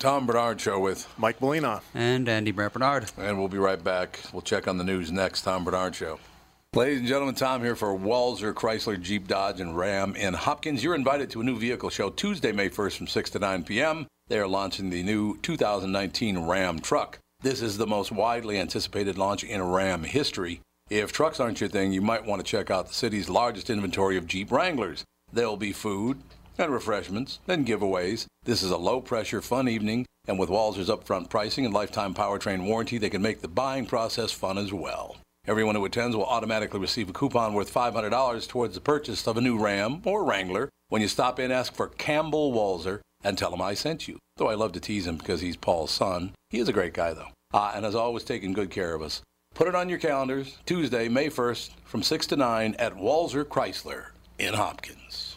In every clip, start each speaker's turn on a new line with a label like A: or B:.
A: Tom Bernard Show with
B: Mike Molina.
C: And Andy Brant Bernard.
A: And we'll be right back. We'll check on the news next. Tom Bernard Show. Ladies and gentlemen, Tom here for Walzer Chrysler Jeep Dodge and Ram in Hopkins. You're invited to a new vehicle show Tuesday, May 1st from 6 to 9 p.m. They are launching the new 2019 Ram truck. This is the most widely anticipated launch in Ram history. If trucks aren't your thing, you might want to check out the city's largest inventory of Jeep Wranglers. There'll be food, and refreshments, then giveaways. This is a low pressure, fun evening, and with Walzer's upfront pricing and lifetime powertrain warranty, they can make the buying process fun as well. Everyone who attends will automatically receive a coupon worth $500 towards the purchase of a new Ram or Wrangler. When you stop in, ask for Campbell Walzer and tell him I sent you. Though I love to tease him because he's Paul's son. He is a great guy, though, uh, and has always taken good care of us. Put it on your calendars, Tuesday, May 1st, from 6 to 9 at Walzer Chrysler in Hopkins.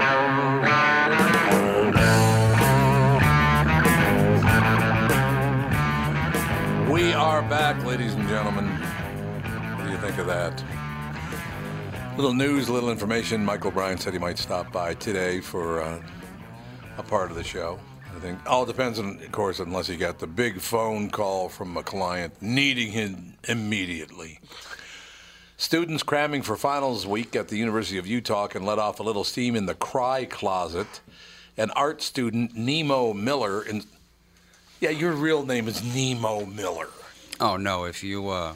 A: Bryant. We are back, ladies and gentlemen. What do you think of that? Little news, little information. Michael Bryan said he might stop by today for uh, a part of the show. I think all depends, on, of course, unless he got the big phone call from a client needing him immediately. Students cramming for finals week at the University of Utah can let off a little steam in the cry closet. An art student, Nemo Miller, in, yeah, your real name is Nemo Miller.
C: Oh no! If you uh,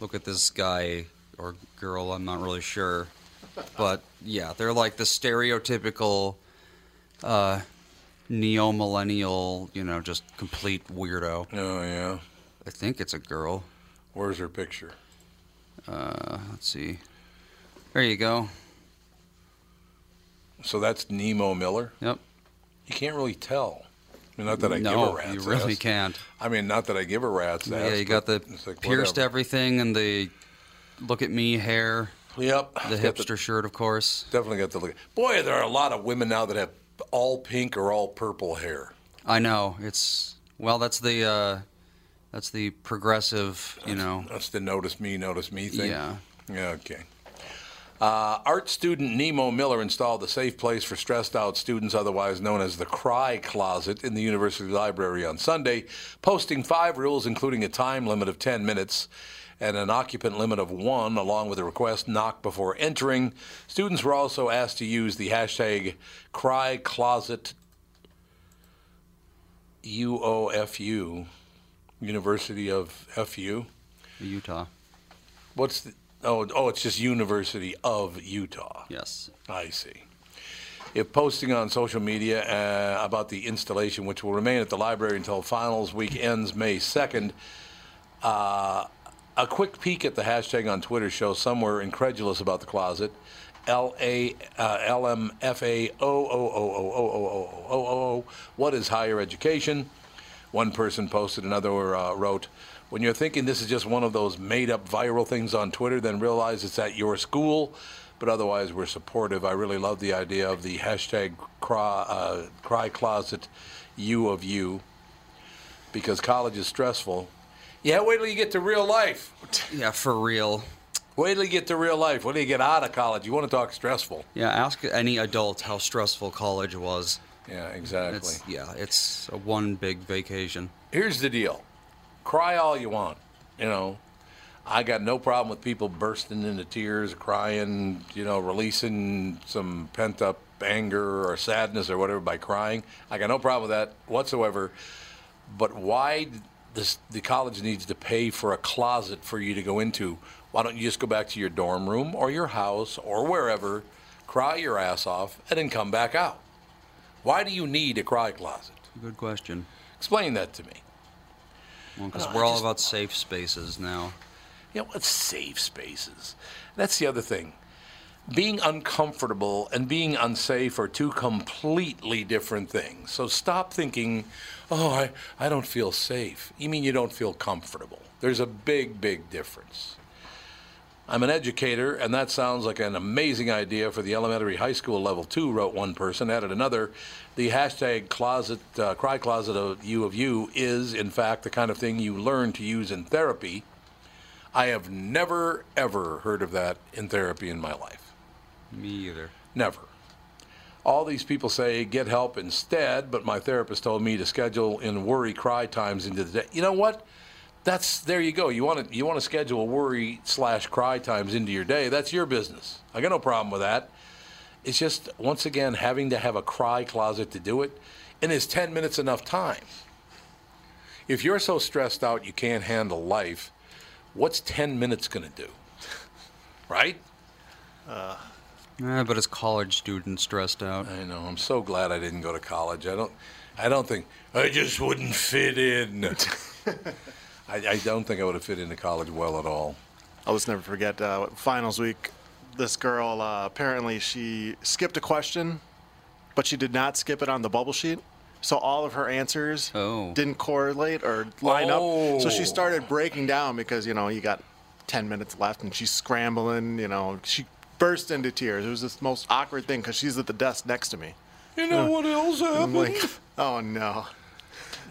C: look at this guy or girl, I'm not really sure, but yeah, they're like the stereotypical uh, neo millennial, you know, just complete weirdo.
A: Oh yeah.
C: I think it's a girl.
A: Where's her picture?
C: Uh, let's see. There you go.
A: So that's Nemo Miller.
C: Yep.
A: You can't really tell. I mean, not that I
C: no,
A: give a rat's
C: you really
A: ass.
C: can't.
A: I mean, not that I give a rat's ass.
C: yeah, you got the
A: but it's like,
C: pierced
A: whatever.
C: everything and the look at me hair,
A: Yep.
C: the
A: Got
C: hipster shirt, of course.
A: definitely got the look. Boy, there are a lot of women now that have all pink or all purple hair.
C: I know it's well. That's the uh, that's the progressive, you know.
A: That's the notice me, notice me thing.
C: Yeah.
A: Yeah. Okay. Uh, art student Nemo Miller installed the safe place for stressed out students, otherwise known as the Cry Closet, in the university library on Sunday, posting five rules, including a time limit of 10 minutes and an occupant limit of one, along with a request knock before entering. Students were also asked to use the hashtag Cry Closet UOFU, University of FU.
C: Utah.
A: What's the, oh oh it's just University of Utah.
C: Yes.
A: I see. If posting on social media uh, about the installation, which will remain at the library until finals week ends May 2nd, uh, a quick peek at the hashtag on Twitter shows some were incredulous about the closet. L A L M F A O O O O O O O O O O. What is higher education? One person posted, another uh, wrote, When you're thinking this is just one of those made up viral things on Twitter, then realize it's at your school. But otherwise, we're supportive. I really love the idea of the hashtag cry, uh, cry closet U of U because college is stressful. Yeah, wait till you get to real life.
C: Yeah, for real.
A: Wait till you get to real life. Wait till you get out of college. You want to talk stressful.
C: Yeah, ask any adult how stressful college was.
A: Yeah, exactly.
C: It's yeah, it's a one big vacation.
A: here's the deal cry all you want you know i got no problem with people bursting into tears crying you know releasing some pent up anger or sadness or whatever by crying i got no problem with that whatsoever but why this, the college needs to pay for a closet for you to go into why don't you just go back to your dorm room or your house or wherever cry your ass off and then come back out why do you need a cry closet
C: Good question.
A: explain that to me
C: Because
A: No, I
C: we're all
A: just-
C: about safe spaces now.
A: You know, let's save spaces. That's the other thing. Being uncomfortable and being unsafe are two completely different things. So stop thinking, oh, I, I don't feel safe. You mean you don't feel comfortable? There's a big, big difference. I'm an educator, and that sounds like an amazing idea for the elementary high school level too, wrote one person. Added another, the hashtag closet, uh, cry closet of you of you is, in fact, the kind of thing you learn to use in therapy. I have never, ever heard of that in therapy in my life.
C: Me either.
A: Never. All these people say get help instead, but my therapist told me to schedule in worry cry times into the day. You know what? That's there you go. You want to you want to schedule worry slash cry times into your day. That's your business. I got no problem with that. It's just once again having to have a cry closet to do it, and is ten minutes enough time? If you're so stressed out you can't handle life, what's ten minutes going to do? Right?
C: Eh, but it's college students stressed out.
A: I know. I'm so glad I didn't go to college. I don't. I don't think I just wouldn't fit in. I, I don't think I would have fit into college well at all.
D: I'll just never forget uh, finals week. This girl uh, apparently she skipped a question, but she did not skip it on the bubble sheet. So all of her answers
C: Oh.
D: didn't correlate or line up. So
A: Oh.
D: she started breaking down because you know you got ten minutes left, and she's scrambling. You know she burst into tears. It was this most awkward thing because she's at the desk next to me.
A: You know what else
D: I'm
A: happened?
D: like, oh no,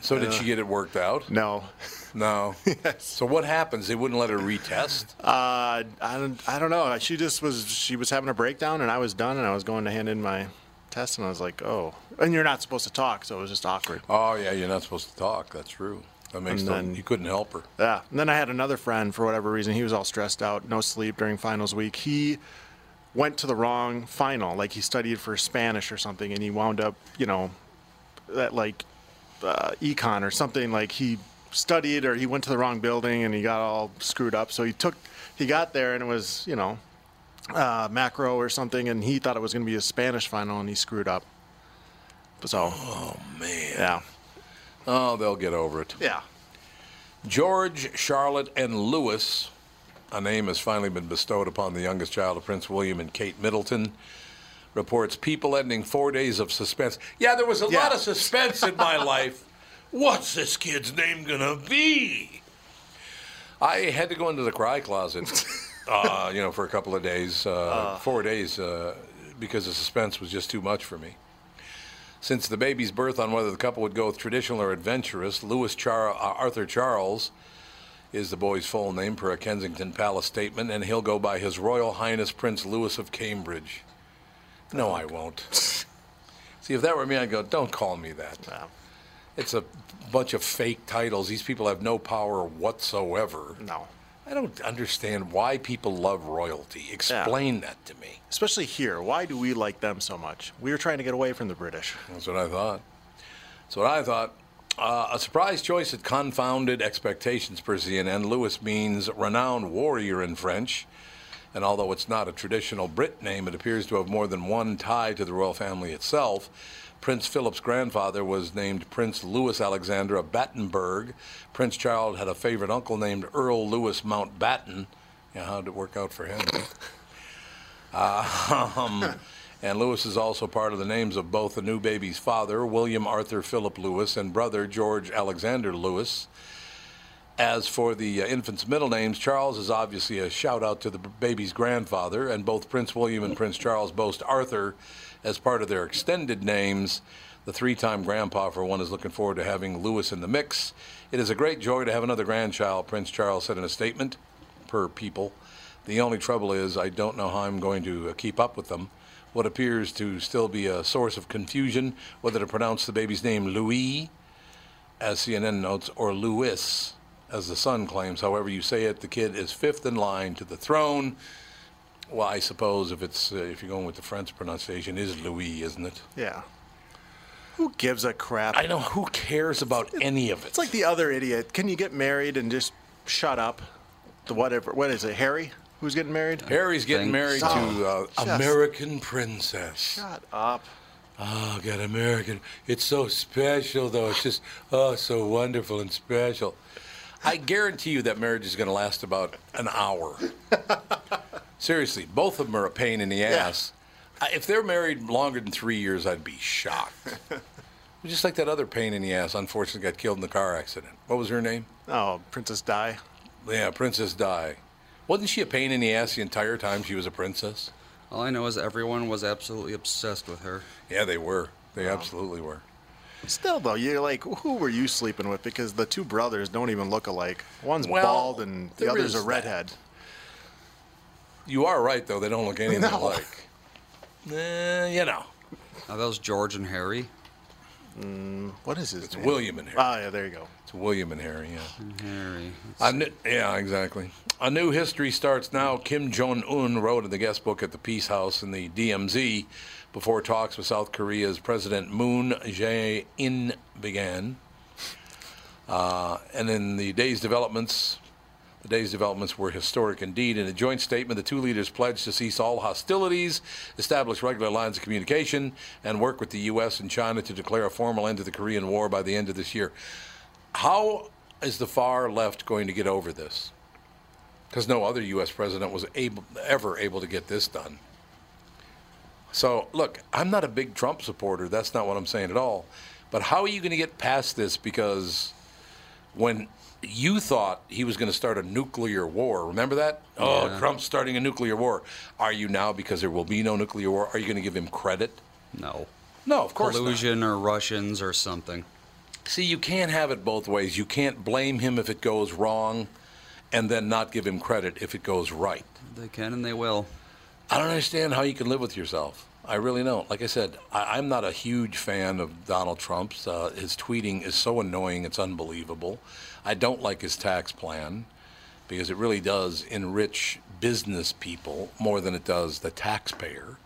A: so did she get it worked out?
D: no.
A: No. So what happens? They wouldn't let her retest.
D: Uh, I don't. I don't know. She just was. She was having a breakdown, and I was done, and I was going to hand in my test, and I was like, "Oh." And you're not supposed to talk, so it was just awkward.
A: Oh yeah, you're not supposed to talk. That's true. That makes
D: And
A: no.
D: then-
A: you couldn't help her.
D: Yeah. And then I had another friend for whatever reason. He was all stressed out, no sleep during finals week. He went to the wrong final. Like he studied for Spanish or something, and he wound up, you know, at like uh, econ or something. Like he studied or he went to the wrong building and he got all screwed up. So he took, he got there and it was, you know, uh, macro or something, and he thought it was going to be a Spanish final, and he screwed up. So
A: Man.
D: yeah,
A: Oh, they'll get over it.
D: yeah.
A: George, Charlotte, and Lewis. A name has finally been bestowed upon the youngest child of Prince William and Kate Middleton. Reports people ending four days of suspense. Yeah, there was a lot of suspense in my life. What's this kid's name gonna be? I had to go into the cry closet, uh, you know, for a couple of days, uh, four days, uh, because the suspense was just too much for me. Since the baby's birth on whether the couple would go with traditional or adventurous, Lewis Char- uh, Arthur Charles is the boy's full name per a Kensington Palace statement, and he'll go by His Royal Highness Prince Louis of Cambridge. No, I won't. See, if that were me, I'd go, don't call me that.
D: No.
A: It's a bunch of fake titles. These people have no power whatsoever.
D: No.
A: I don't understand why people love royalty. Explain that to me.
D: Especially here. Why do we like them so much? We were trying to get away from the British.
A: That's what I thought. That's what I thought. Uh, a surprise choice at confounded expectations per CNN. Lewis means renowned warrior in French. And although it's not a traditional Brit name, it appears to have more than one tie to the royal family itself. Prince Philip's grandfather was named Prince Louis Alexander of Battenberg. Prince Charles had a favorite uncle named Earl Louis Mountbatten. Yeah, how'd it work out for him? Um, and Lewis is also part of the names of both the new baby's father, William Arthur Philip Lewis, and brother, George Alexander Lewis. As for the uh, infant's middle names, Charles is obviously a shout out to the b- baby's grandfather, and both Prince William and Prince Charles boast Arthur as part of their extended names. The three time grandpa, for one, is looking forward to having Lewis in the mix. It is a great joy to have another grandchild, Prince Charles said in a statement per people. The only trouble is, I don't know how I'm going to uh, keep up with them. What appears to still be a source of confusion whether to pronounce the baby's name Louis, as CNN notes, or Louis, as the son claims. However, you say it, the kid is fifth in line to the throne. Well, I suppose if it's uh, if you're going with the French pronunciation, is Louis, isn't it?
D: Yeah. Who gives a crap?
A: I know who cares about any of it.
D: It's like the other idiot. Can you get married and just shut up? The whatever. What is it? Harry? Who's getting married?
A: Harry's getting
C: Thank-
A: married to uh,
D: Oh, just-
A: American princess.
D: Shut up.
A: Oh, God, American. It's so special, though. It's just, oh, so wonderful and special. I guarantee you that marriage is going to last about an hour. Seriously, both of them are a pain in the ass. I If they're married longer than three years, I'd be shocked. just like that other pain in the ass, unfortunately, got killed in the car accident. What was her name?
D: Oh, Princess Di.
A: Yeah, Princess Di. Wasn't she a pain in the ass the entire time she was a princess?
C: All I know is everyone was absolutely obsessed with her.
A: Yeah, they were. They absolutely were.
D: Still though, you're like, who were you sleeping with? Because the two brothers don't even look alike. One's
A: Well,
D: bald and the
A: there
D: other's
A: is
D: a
A: that.
D: redhead.
A: You are right, though. They don't look anything
D: No.
A: alike. Eh, you know,
C: Now that was George and Harry.
D: What is his
A: it's
D: name?
A: William and Harry.
D: Ah, yeah, there you go.
A: it's William and Harry. Yeah.
C: Harry.
A: A new, yeah, exactly. A new history starts now. Kim Jong Un wrote in the guest book at the Peace House in the DMZ before talks with South Korea's President Moon Jae-in began. Uh, and in the day's developments, The day's developments were historic indeed. In a joint statement, the two leaders pledged to cease all hostilities, establish regular lines of communication, and work with the U.S. and China to declare a formal end to the Korean War by the end of this year. How is the far left going to get over this? Because no other U.S. president was able, ever able to get this done. So, look, I'm not a big Trump supporter. That's not what I'm saying at all. But how are you going to get past this? Because when you thought he was going to start a nuclear war. Remember that? Oh, Trump's starting a nuclear war. Are you now because there will be no nuclear war? Are you going to give him credit?
C: No.
A: No, of course not.
C: Collusion or Russians or something.
A: See, you can't have it both ways. You can't blame him if it goes wrong and then not give him credit if it goes right.
C: They can and they will.
A: I don't understand how you can live with yourself. I really don't. Like I said, I, I'm not a huge fan of Donald Trump's. Uh, his tweeting is so annoying, it's unbelievable. I don't like his tax plan because it really does enrich business people more than it does the taxpayer.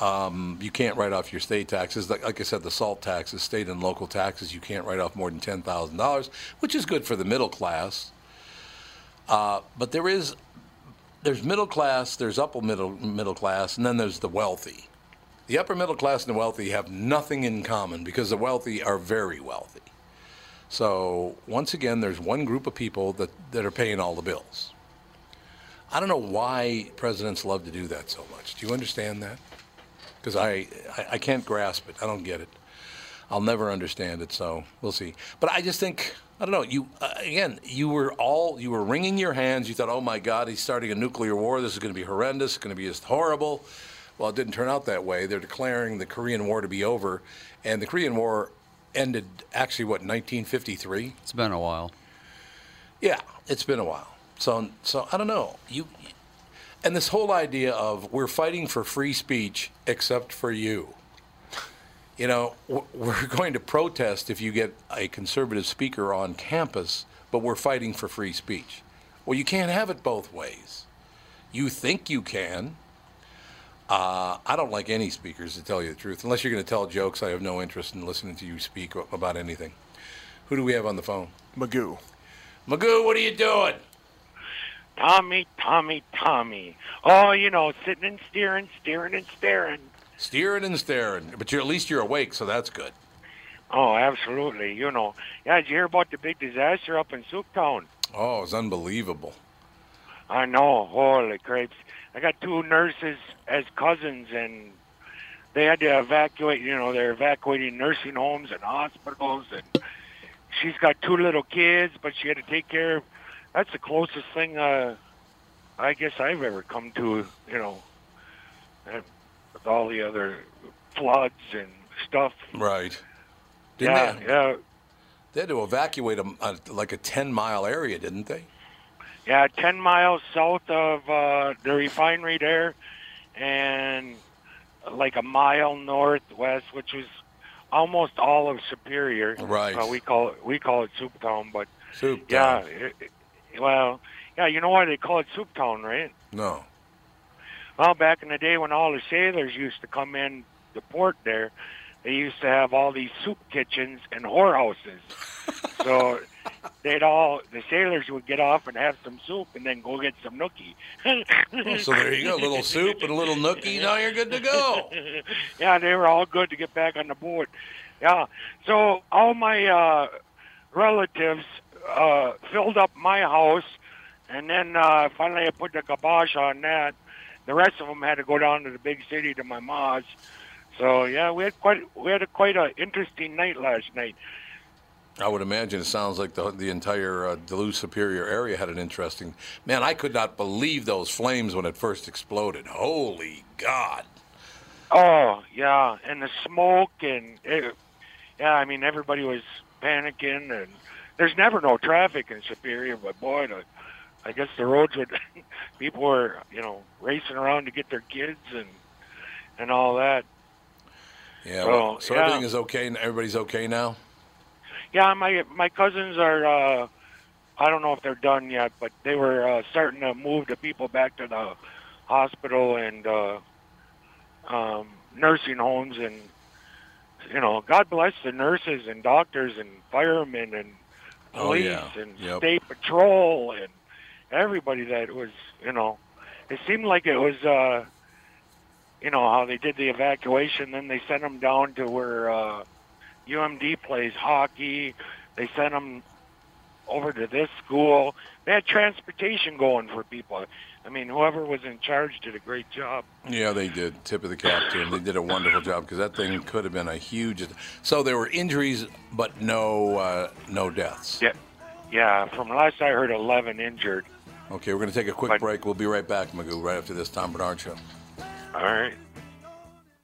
A: Um, you can't write off your state taxes. Like, like I said, the salt taxes, state and local taxes, you can't write off more than $10,000, which is good for the middle class. Uh, but there is there's middle class, there's upper middle middle class, and then there's the wealthy. The upper middle class and the wealthy have nothing in common because the wealthy are very wealthy. So once again, there's one group of people that, that are paying all the bills. I don't know why presidents love to do that so much. Do you understand that? Because I, I, I can't grasp it. I don't get it. I'll never understand it. So we'll see. But I just think I don't know. You uh, again, you were all you were wringing your hands. You thought, oh my God, he's starting a nuclear war. This is going to be horrendous. It's going to be just horrible. Well, it didn't turn out that way. They're declaring the Korean War to be over, and the Korean War ended actually what 1953.
C: It's been a while.
A: Yeah, it's been a while. So, so I don't know. You, and this whole idea of we're fighting for free speech except for you. You know, w- we're going to protest if you get a conservative speaker on campus, but we're fighting for free speech. Well, you can't have it both ways. You think you can. Uh, I don't like any speakers, to tell you the truth. Unless you're going to tell jokes, I have no interest in listening to you speak about anything. Who do we have on the phone?
D: Magoo.
A: Magoo, what are you doing?
E: Tommy, Tommy, Tommy. Oh, you know, sitting and steering, steering and staring.
A: Steering and staring, but you're at least you're awake, so that's good.
E: Oh, absolutely. You know, yeah, did you hear about the big disaster up in Souptown?
A: Oh, it's unbelievable.
E: I know. Holy crepes. I got two nurses as cousins, and they had to evacuate. You know, they're evacuating nursing homes and hospitals, and she's got two little kids, but she had to take care of. That's the closest thing uh, I guess I've ever come to. You know, uh, with all the other floods and stuff.
A: Right. Didn't
E: Yeah,
A: they,
E: yeah,
A: they had to evacuate a, a, like a 10 mile area, didn't they?
E: Yeah, ten miles south of uh, the refinery there, and uh, like a mile northwest, which was almost all of Superior.
A: Right.
E: Uh, we call it we call it Soup Town, but
A: Soup.
E: yeah,
A: Town.
E: it, it- well, yeah, you know why they call it Soup Town, right?
A: No.
E: Well, back in the day when all the sailors used to come in the port there, they used to have all these soup kitchens and whorehouses. so they'd all the sailors would get off and have some soup and then go get some nookie.
A: Oh, So there you go. A little soup and a little nookie. Now you're good to go.
E: yeah, they were all good to get back on the board. Yeah. So all my uh, relatives uh, filled up my house, and then uh, finally I put the kibosh on that. The rest of them had to go down to the big city to my ma's. So yeah, we had quite we had a, quite a interesting night last night.
A: I would imagine it sounds like the, the entire uh, Duluth Superior area had an interesting. Man, I could not believe those flames when it first exploded. Holy God.
E: Oh yeah, and the smoke and it, yeah, I mean everybody was panicking and there's never no traffic in Superior, but boy, the, I guess the roads would people were you know racing around to get their kids and and all that.
A: Yeah. well,
E: Oh,
A: so
E: yeah.
A: everything is okay. and Everybody's okay now?
E: Yeah, my my cousins are uh, I don't know if they're done yet, but they were uh, starting to move the people back to the hospital and uh, um, nursing homes and you know, God bless the nurses and doctors and firemen and
A: Oh,
E: police
A: yeah.
E: and
A: Yep.
E: state patrol and everybody that was, you know, it seemed like it was, uh, you know, how they did the evacuation. Then they sent them down to where uh, UMD plays hockey. They sent them over to this school. They had transportation going for people. I mean, whoever was in charge did a great job.
A: Yeah, they did. Tip of the cap to them. They did a wonderful job because that thing could have been a huge. So there were injuries, but no uh, no deaths.
E: Yeah, yeah. From last I heard, 11 injured.
A: Okay, we're going to take a quick
E: But-
A: break. We'll be right back, Magoo, right after this Tom Bernard show.
E: All right.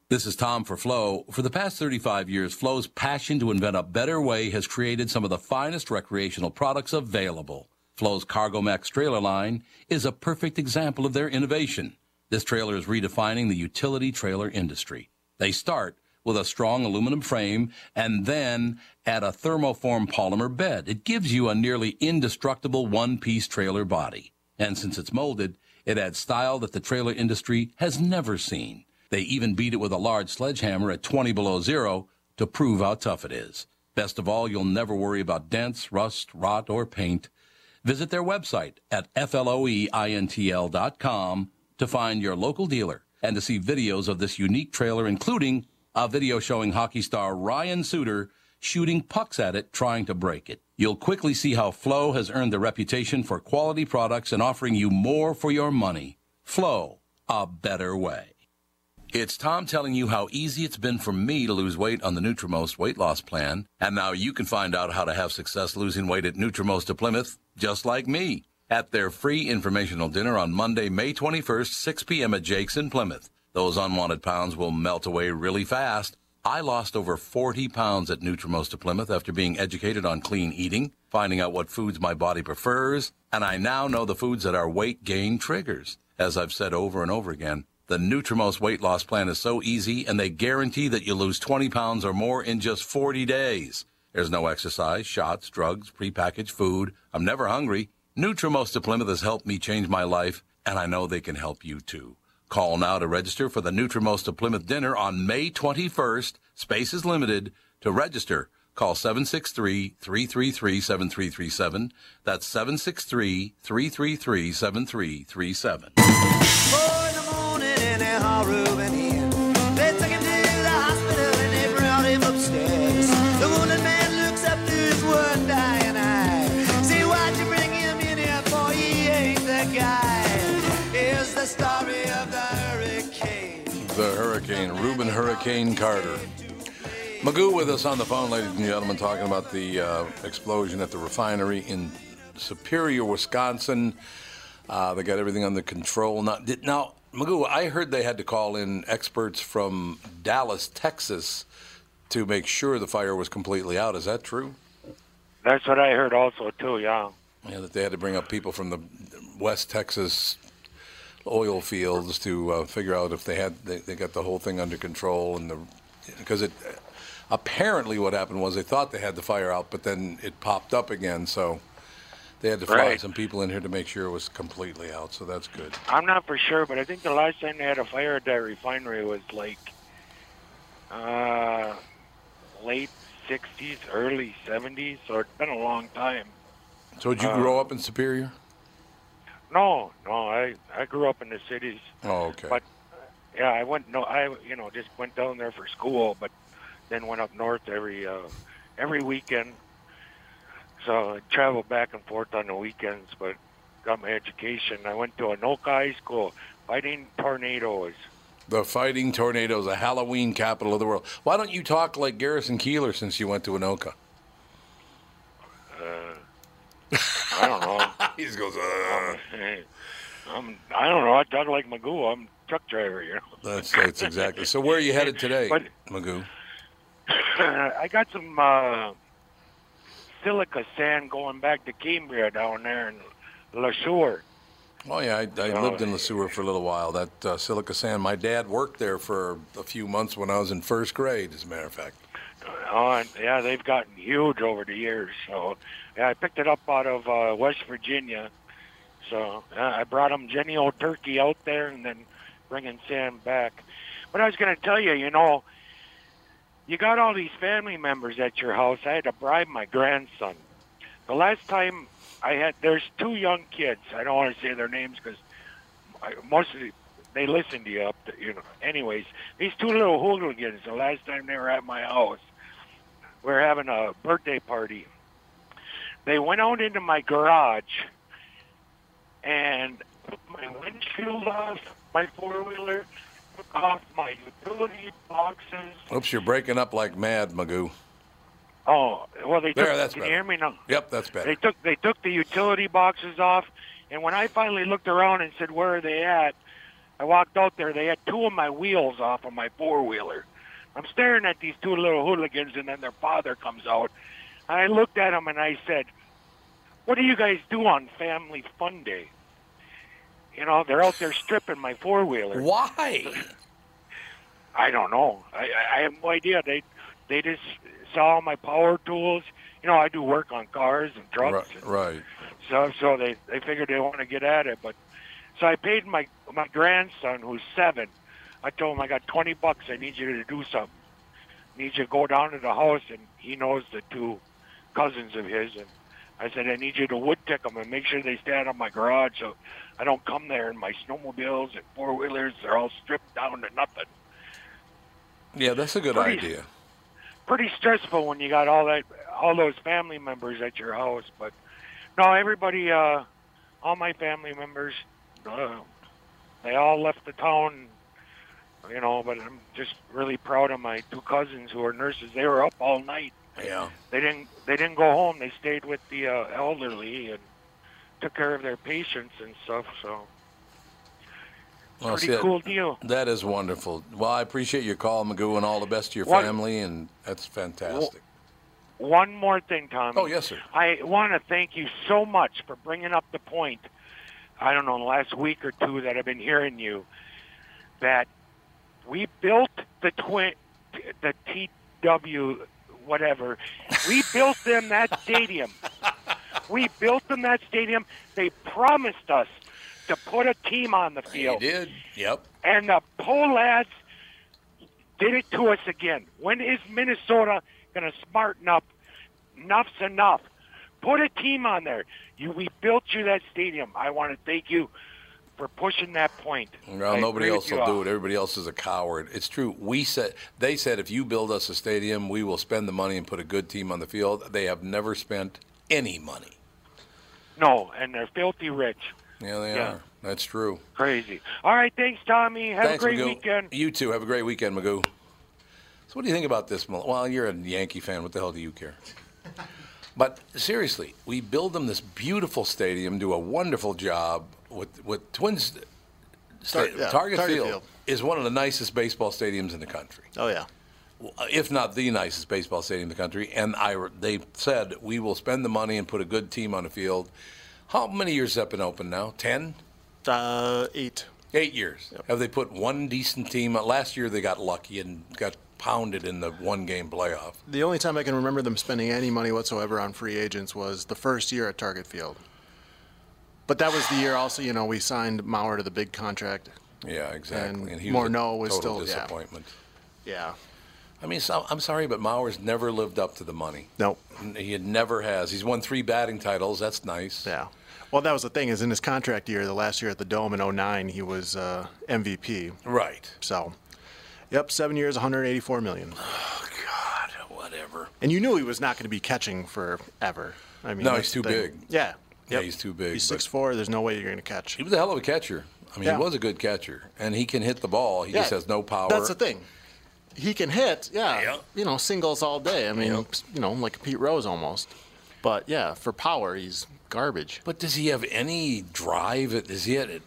A: This is Tom for Flow. For the past 35 years, Flow's passion to invent a better way has created some of the finest recreational products available. Flow's Cargo Max trailer line is a perfect example of their innovation. This trailer is redefining the utility trailer industry. They start with a strong aluminum frame and then add a thermoform polymer bed. It gives you a nearly indestructible one piece trailer body. And since it's molded, it adds style that the trailer industry has never seen. They even beat it with a large sledgehammer at 20 below zero to prove how tough it is. Best of all, you'll never worry about dents, rust, rot, or paint. Visit their website at E floeintl.com to find your local dealer and to see videos of this unique trailer, including a video showing hockey star Ryan Suter shooting pucks at it, trying to break it. You'll quickly see how Flow has earned the reputation for quality products and offering you more for your money. Flow, a better way. It's Tom telling you how easy it's been for me to lose weight on the Nutrimost weight loss plan, and now you can find out how to have success losing weight at Nutrimost of Plymouth, just like me, at their free informational dinner on Monday, May 21st, 6 p.m. at Jake's in Plymouth. Those unwanted pounds will melt away really fast. I lost over 40 pounds at Nutrimost of Plymouth after being educated on clean eating, finding out what foods my body prefers, and I now know the foods that are weight gain triggers. As I've said over and over again, the Nutrimost weight loss plan is so easy and they guarantee that you lose 20 pounds or more in just 40 days. There's no exercise, shots, drugs, prepackaged food. I'm never hungry. Nutrimost of Plymouth has helped me change my life, and I know they can help you too. Call now to register for the Nutrimost of Plymouth dinner on May 21st. Space is limited. To register, call 763-333-7337. That's 763-333-7337.
F: Four in the morning and they haul Reuben in. They took him to the hospital and they brought him upstairs. The wounded man looks up to his one dying eye. See why'd you bring him in here for he ain't the guy. Here's the story of the hurricane.
A: The Hurricane, Reuben Hurricane Carter. Magoo with us on the phone, ladies and gentlemen, talking about the uh, explosion at the refinery in Superior, Wisconsin. Uh, they got everything under control. Now, did, now, Magoo, I heard they had to call in experts from Dallas, Texas, to make sure the fire was completely out. Is that true?
E: That's what I heard also too. Yeah.
A: Yeah, that they had to bring up people from the West Texas oil fields to uh, figure out if they had they, they got the whole thing under control and the because it apparently what happened was they thought they had the fire out, but then it popped up again, so they had to fly
E: Right.
A: some people in here to make sure it was completely out. So that's good.
E: I'm not for sure, but I think the last time they had a fire at that refinery was like uh, late 60s, early 70s, so it's been a long time.
A: So did you grow up in Superior?
E: No, no, I I grew up in the cities.
A: Oh, okay.
E: But yeah, I went no, I you know just went down there for school, but then went up north every uh, every weekend. So I traveled back and forth on the weekends, but got my education. I went to Anoka High School, fighting tornadoes.
A: the Fighting Tornadoes, the Halloween capital of the world. Why don't you talk like Garrison Keeler since you went to Anoka?
E: I don't know.
A: He just goes, "Uh, "Ugh."
E: I'm I don't know. I talk like Magoo. I'm a truck driver, you know.
A: that's, that's exactly. So where are you headed today,
E: But-
A: Magoo?
E: I got some uh, silica sand going back to Cambria down there in Le Sueur.
A: Oh yeah, I, I
E: No,
A: lived in Le Sueur for a little while. That uh, silica sand. My dad worked there for a few months when I was in first grade. As a matter of fact,
E: Oh, and, yeah, they've gotten huge over the years. So yeah, I picked it up out of uh, West Virginia. So yeah, I brought them Jenny Old Turkey out there and then bringing sand back. But I was going to tell you, you know, you got all these family members at your house. I had to bribe my grandson. The last time I had, there's two young kids. I don't want to say their names because most of the, they listen to you up to, you know. Anyways, these two little hooligans, the last time they were at my house, we were having a birthday party. They went out into my garage and took my windshield off, my four-wheeler, took off my utility boxes.
A: oops, you're breaking up like mad, Magoo.
E: Oh, well, they took,
A: There, that's
E: can
A: better.
E: you hear me now?
A: Yep, that's better.
E: They took they took the utility boxes off, and when I finally looked around and said, "Where are they at?" I walked out there. They had two of my wheels off of my four wheeler. I'm staring at these two little hooligans, and then their father comes out. And I looked at him and I said, "What do you guys do on Family Fun Day?" You know, they're out there stripping my four wheeler.
A: Why?
E: I don't know. I, I- I have no idea. They they just saw my power tools. You know, I do work on cars and trucks.
A: Right,
E: and-
A: right.
E: so so they they figured they want to get at it, but so I paid my my grandson who's seven. I told him I got twenty bucks. I need you to do something. I need you to go down to the house, and he knows the two cousins of his. And I said I need you to wood tick them and make sure they stay out of my garage, so I don't come there and my snowmobiles and four wheelers are all stripped down to nothing.
A: Yeah, that's a good
E: Pretty-
A: idea.
E: pretty stressful when you got all that all those family members at your house but no everybody uh all my family members uh, they all left the town you know but i'm just really proud of my two cousins who are nurses they were up all night
A: Yeah.
E: they didn't they didn't go home they stayed with the uh, elderly and took care of their patients and stuff so
A: Well,
E: Pretty
A: see, that-
E: cool deal.
A: That is wonderful. Well, I appreciate your call, Magoo, and all the best to your
E: What-
A: family, and that's fantastic.
E: One more thing, Tommy.
A: Oh, yes, sir.
E: I want to thank you so much for bringing up the point. I don't know, the last week or two that I've been hearing you that we built the twin, the TW, whatever. We built them that stadium. We built them that stadium. They promised us to put a team on the
A: You
E: field,
A: did? Yep.
E: and the poor lads did it to us again. When is Minnesota going to smarten up? Enough's enough. Put a team on there. You, we built you that stadium. I want to thank you for pushing that point.
A: Well, nobody else will do it. Everybody else is a coward. It's true. We said they said if you build us a stadium, we will spend the money and put a good team on the field. They have never spent any money.
E: No, and they're filthy rich.
A: Yeah, they
E: Yeah.
A: are. That's true.
E: Crazy. All right, thanks, Tommy. Have
A: Thanks,
E: a great
A: Magoo.
E: weekend.
A: You too. Have a great weekend, Magoo. So, what do you think about this? Mal- Well, you're a Yankee fan. What the hell do you care? But seriously, we build them this beautiful stadium, do a wonderful job with with Twins.
D: Tar-
A: sta-
D: yeah,
A: Target,
D: Target
A: Field,
D: Field.
A: is one of the nicest baseball stadiums in the country,
D: Oh yeah.
A: Uh, if not the nicest baseball stadium in the country. And I, they said we will spend the money and put a good team on the field. How many years has that been open now? Ten.
D: Uh, eight.
A: Eight years. Have they put one decent team? Uh, Last year they got lucky and got pounded in the one game playoff.
D: The only time I can remember them spending any money whatsoever on free agents was the first year at Target Field. But that was the year also, you know, we signed Maurer to the big contract.
A: Yeah, exactly. was
D: And
A: a
D: Morneau was
A: total
D: still- yeah.
A: disappointment.
D: Yeah.
A: I mean, so, I'm sorry, but Mauer's never lived up to the money.
D: Nope.
A: He never has. He's won three batting titles. That's nice.
D: Yeah. Well, that was the thing is in his contract year, the last year at the Dome in 09, he was uh, MVP.
A: Right.
D: So, yep, seven years, 184 million.
A: God, whatever.
D: And you knew he was not going to be catching forever. I mean,
A: No,
D: that's
A: he's too
D: the thing.
A: big.
D: Yeah.
A: Yeah, he's too big,
D: He's
A: but-
D: six four. There's no way you're going to catch.
A: He was a hell of a catcher. I mean,
D: Yeah.
A: he was a good catcher, and he can hit the ball. He just has no power.
D: That's the thing. He can hit, yeah.
A: Yeah.
D: You know, singles all day. I mean, you know, like Pete Rose almost. But yeah, for power, he's garbage.
A: But does he have any drive? Does he have,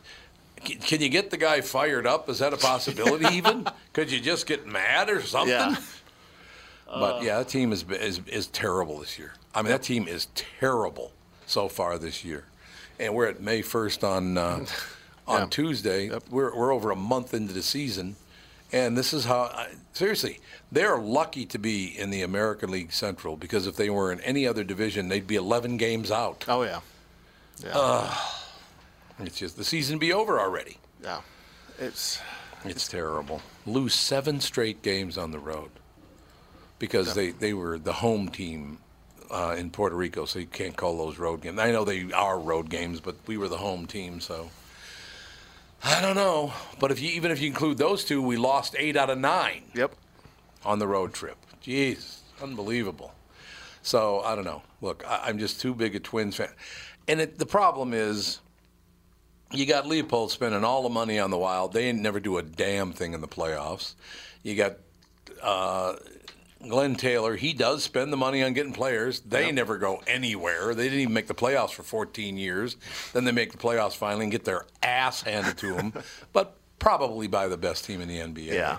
A: can- Can you get the guy fired up? Is that a possibility even? Could you just get mad or something?
D: Yeah. Uh.
A: But yeah, that team is, is is terrible this year. I mean, that team is terrible so far this year, and we're at May first on uh, on
D: Yeah.
A: Tuesday. We're we're over a month into the season, and this is how. I, seriously, they are lucky to be in the American League Central because if they were in any other division, they'd be 11 games out.
D: Oh yeah, yeah,
A: It's just the season be over already.
D: yeah. It's
A: It's terrible. Lose seven straight games on the road because they, they were the home team uh, in Puerto Rico, so you can't call those road games. I know they are road games, but we were the home team, so I don't know. But if you even if you include those two, we lost eight out of nine
D: yep.
A: on the road trip. Jeez, unbelievable. So I don't know. Look, I, I'm just too big a Twins fan, and it, the problem is, you got Leopold spending all the money on the Wild. They ain't never do a damn thing in the playoffs. You got uh, Glenn Taylor. He does spend the money on getting players. They never go anywhere. They didn't even make the playoffs for 14 years. Then they make the playoffs finally and get their ass handed to them, but probably by the best team in the NBA
D: Yeah.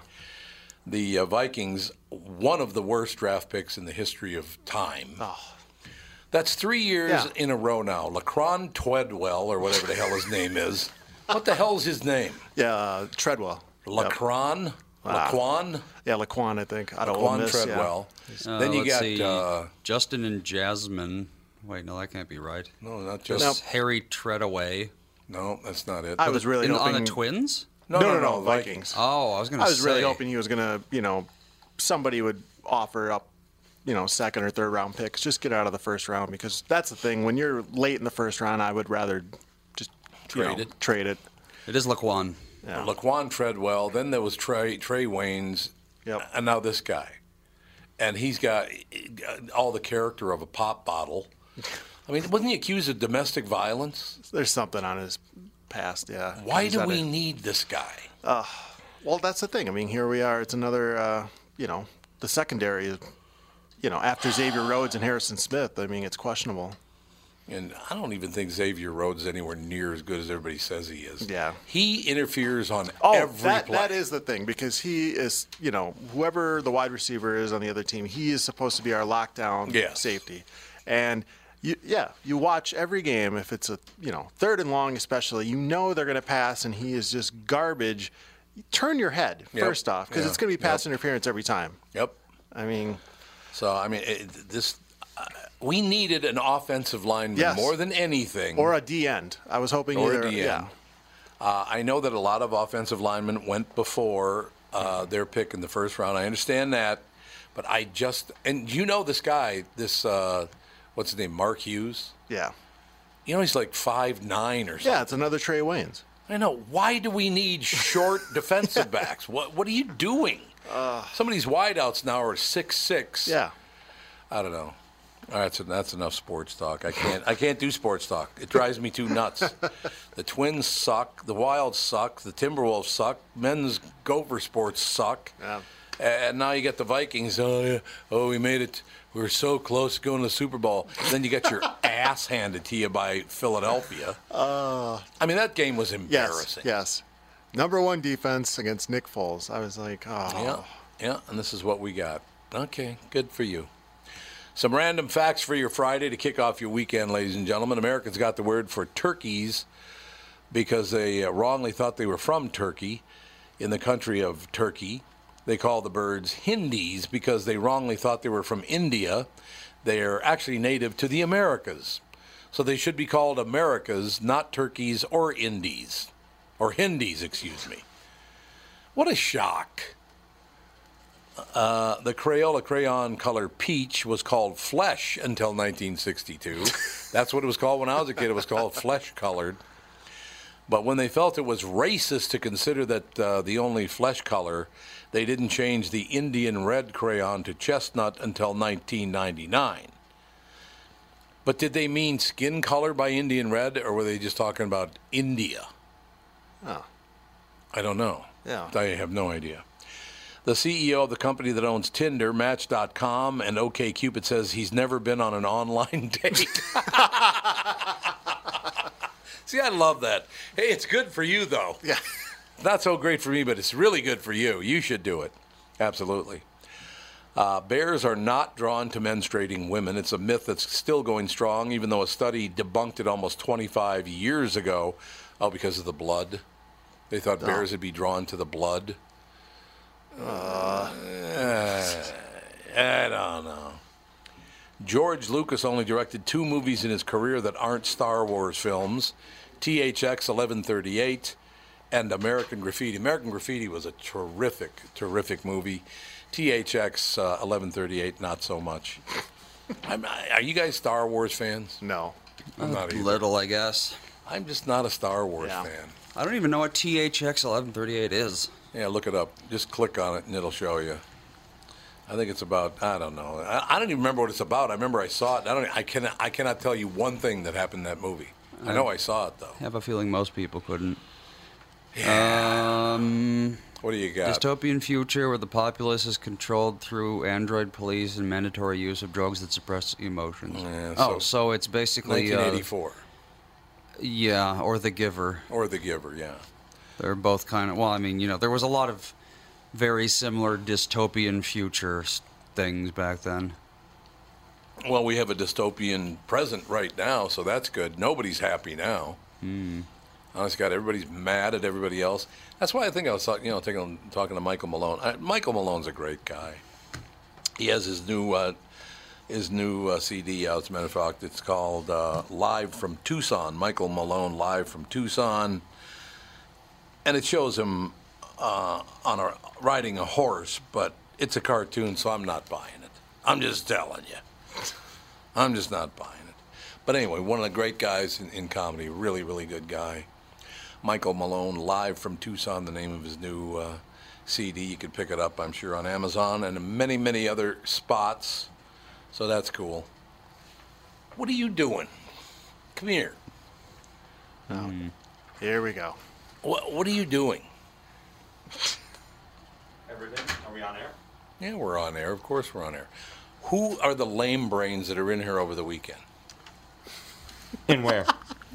A: the uh, Vikings one of the worst draft picks in the history of time. That's three years
D: Oh. Yeah.
A: in a row now. Lacron Twedwell, or whatever the hell his name is. What the hell's his name?
D: Yeah, uh, Treadwell.
A: Lacron?
D: Wow.
A: Laquan?
D: Yeah, Laquan, I think. Out of Ah. Ole
A: Laquan
D: Miss, yeah.
A: Treadwell.
C: Uh,
A: then you
C: let's
A: got,
C: see,
A: uh,
C: Justin and Jasmine. Wait, no, that can't be right.
A: no, not
C: Just
A: just,
C: Harry Treadaway.
A: no, that's not it.
D: I was really
C: In- on
D: hoping
C: the Twins?
D: No, no, no, Vikings.
C: Oh, I was gonna.
D: I was really
C: say.
D: hoping he was gonna, you know, somebody would offer up, you know, second or third round picks. Just get out of the first round because that's the thing. When you're late in the first round, I would rather just you
A: Trade
D: know,
A: it.
D: Trade it.
C: It is Laquan.
A: Laquan Treadwell. Then there was Trey, Trey Waynes.
D: Yep.
A: And now this guy. And he's got uh, all the character of a pop bottle. I mean, wasn't he accused of domestic violence?
D: There's something on his past, yeah.
A: Why
D: He's
A: do
D: at
A: we
D: it.
A: need this guy?
D: Well, that's the thing. I mean, here we are. It's another, uh, you know, the secondary. is, You know, after Xavier Rhodes and Harrison Smith, I mean, it's questionable.
A: And I don't even think Xavier Rhodes is anywhere near as good as everybody says he is.
D: Yeah.
A: He interferes on
D: Oh,
A: every
D: that,
A: play.
D: that is the thing because he is, you know, whoever the wide receiver is on the other team, he is supposed to be our lockdown
A: Yes.
D: safety. And you, yeah, you watch every game if it's a, you know, third and long especially, you know they're going to pass and he is just garbage. Turn your head
A: Yep.
D: first off because
A: Yeah.
D: it's going to be pass interference every time.
A: Yep.
D: I mean,
A: So, I mean, it, this. Uh, we needed an offensive lineman
D: Yes.
A: more than anything.
D: or a D end. I was hoping
A: or
D: either.
A: at the end.
D: Yeah.
A: Uh, I know that a lot of offensive linemen went before uh, their pick in the first round. I understand that, but I just and you know this guy, this uh, what's his name, Mark Hughes.
D: Yeah.
A: You know he's like five nine or something.
D: Yeah, it's another Trey Waynes.
A: I know. Why do we need short defensive backs? What What are you doing? Some of these wideouts now are six six.
D: Uh. Yeah.
A: I don't know. All right, so that's enough sports talk. I can't. I can't do sports talk. It drives me too nuts. the Twins suck. The Wild suck. The Timberwolves suck. Men's Gopher sports suck.
D: Yeah.
A: And now you got the Vikings. Oh, yeah. oh, we made it. We were so close to going to the Super Bowl. Then you got your ass handed to you by Philadelphia. I mean, that game was
D: Uh, Yes.
A: embarrassing.
D: Yes. Number one defense against Nick Foles. I was like, oh.
A: Yeah, yeah, and this is what we got. Okay, good for you. Some random facts for your Friday to kick off your weekend, ladies and gentlemen. Americans got the word for turkeys because they uh, wrongly thought they were from Turkey in the country of Turkey. They call the birds Hindis because they wrongly thought they were from India. They are actually native to the Americas. So they should be called Americas, not turkeys or Indies. Or Hindis, excuse me. What a shock. Uh, the Crayola crayon color peach was called flesh until 1962. That's what it was called when I was a kid. It was called flesh colored. But when they felt it was racist to consider that uh, the only flesh color, they didn't change the Indian red crayon to chestnut until 1999. But did they mean skin color by Indian red, or were they just talking about India?
D: Oh.
A: I don't know.
D: Yeah.
A: I have no idea. The CEO of the company that owns Tinder, Match.com, and OKCupid says he's never been on an online date. See, I love that. Hey, it's good for you, though.
D: Yeah.
A: Not so great for me, but it's really good for you. You should do it. Absolutely. Uh, bears are not drawn to menstruating women. It's a myth that's still going strong, even though a study debunked it almost 25 years ago. Oh, because of the blood. They thought bears would be drawn to the blood. Uh, I don't know. George Lucas only directed two movies in his career that aren't Star Wars films THX 1138 and American Graffiti. American Graffiti was a terrific, terrific movie. THX uh, 1138, not so much. I'm, are you guys Star Wars fans?
D: No.
A: I'm not either.
C: Little, I guess.
A: I'm just not a Star Wars
D: Yeah.
A: fan.
C: I don't even know what THX 1138 is.
A: Yeah, look it up. Just click on it and it'll show you. I think it's about I don't know. I, I don't even remember what it's about. I remember I saw it. and I don't. I cannot. I cannot tell you one thing that happened in that movie. I know I saw it though.
C: I have a feeling most people couldn't.
A: What do you got?
C: Dystopian future where the populace is controlled through android police and mandatory use of drugs that suppress emotions.
A: Yeah, so-
C: oh, so it's basically uh,
A: 1984
C: yeah, or The Giver.
A: or The Giver. Yeah.
C: They're both kind of well, I mean, you know, there was a lot of very similar dystopian future s- things back then.
A: Well, we have a dystopian present right now, so that's good. Nobody's happy now. Mm. Honest to God, everybody's mad at everybody else. That's why I think I was talking, you know, taking, talking to Michael Malone. I, Michael Malone's a great guy. He has his new uh, his new uh, CD out. As a matter of fact, it's called uh, "Live from Tucson." Michael Malone live from Tucson, and it shows him uh, on a riding a horse, but it's a cartoon, so I'm not buying it. I'm just telling you. I'm just not buying it. But anyway, one of the great guys in, in comedy, really, really good guy. Michael Malone, live from Tucson, the name of his new uh, CD. You could pick it up, I'm sure, on Amazon and many, many other spots. So that's cool. What are you doing? Come here.
D: Here we go.
A: What, what are you doing?
G: Everything? Are we on air?
A: Yeah, we're on air. Of course, we're on air. Who are the lame brains that are in here over the weekend?
H: And where?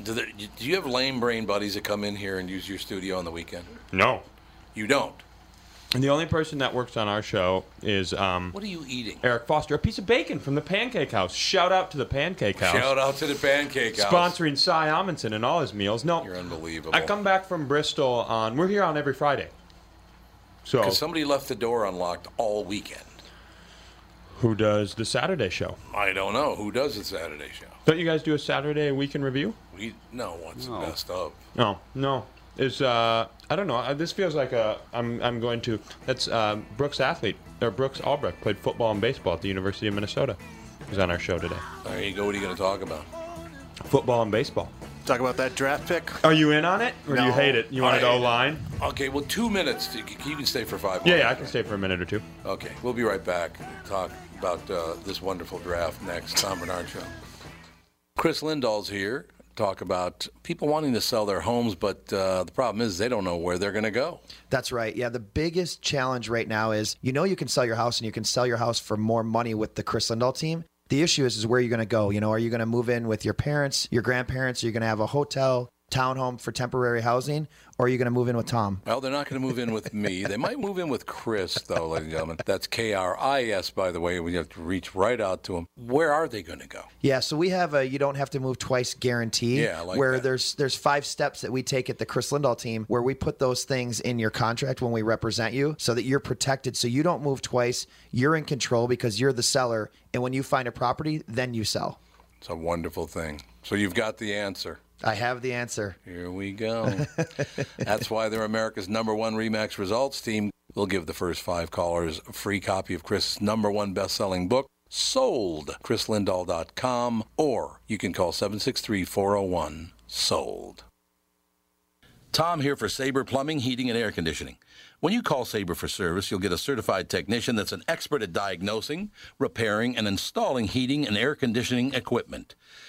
A: Do, there, do you have lame brain buddies that come in here and use your studio on the weekend?
H: no.
A: You don't.
H: And the only person that works on our show is um,
A: What are you eating?
H: Eric Foster, a piece of bacon from the Pancake House. Shout out to the Pancake House.
A: Shout out to the Pancake House.
H: Sponsoring Cy Amundsen and all his meals. No,
A: You're unbelievable.
H: I come back from Bristol on. We're here on every Friday. So
A: Because somebody left the door unlocked all weekend.
H: who does the Saturday show?
A: I don't know who does the Saturday show.
H: Don't you guys do a Saturday week in review?
A: We no, what's
C: No.
A: the best of?
H: No, no. It's uh, I don't know. Uh, This feels like a. I'm I'm going to. That's uh, Brooks athlete or Brooks Albrecht played football and baseball at the University of Minnesota. He's on our show today.
A: There you go. What are you going to talk about?
H: Football and baseball.
D: Talk about that draft pick.
H: Are you in on it or do you
D: No.
H: hate it? You want
A: I
H: it
A: hate
H: O line?
A: Okay, well, two minutes. To, you can stay for five.
H: Yeah,
A: more.
H: yeah. I can stay for a minute or two.
A: Okay, we'll be right back. Talk about uh, this wonderful draft next. Tom Bernard Show. Chris Lindahl's here. Talk about people wanting to sell their homes, but uh, the problem is they don't know where they're going to go.
I: That's right. Yeah, the biggest challenge right now is you know you can sell your house and you can sell your house for more money with the Chris Lindahl team. The issue is is where you're going to go. You know, are you going to move in with your parents, your grandparents? Are you going to have a hotel, townhome for temporary housing, or are you going to move in with Tom?
A: Well, they're not going to move in with me. They might move in with Chris, though, ladies and gentlemen. That's K R I S, by the way. We have to reach right out to them. Where are they going to go?
I: Yeah, so we have a you don't have to move twice guarantee.
A: Yeah, I like
I: where
A: that.
I: there's there's five steps that we take at the Chris Lindahl team where we put those things in your contract when we represent you so that you're protected so you don't move twice. You're in control because you're the seller and when you find a property, then you sell.
A: It's a wonderful thing. So you've got the answer.
I: I have the answer.
A: Here we go. That's why they're America's number one Remax results team. We'll give the first five callers a free copy of Chris's number one best selling book, Sold, chrislindahl.com, or you can call 763 401 Sold. Tom here for Sabre Plumbing, Heating, and Air Conditioning. When you call Sabre for service, you'll get a certified technician that's an expert at diagnosing, repairing, and installing heating and air conditioning equipment.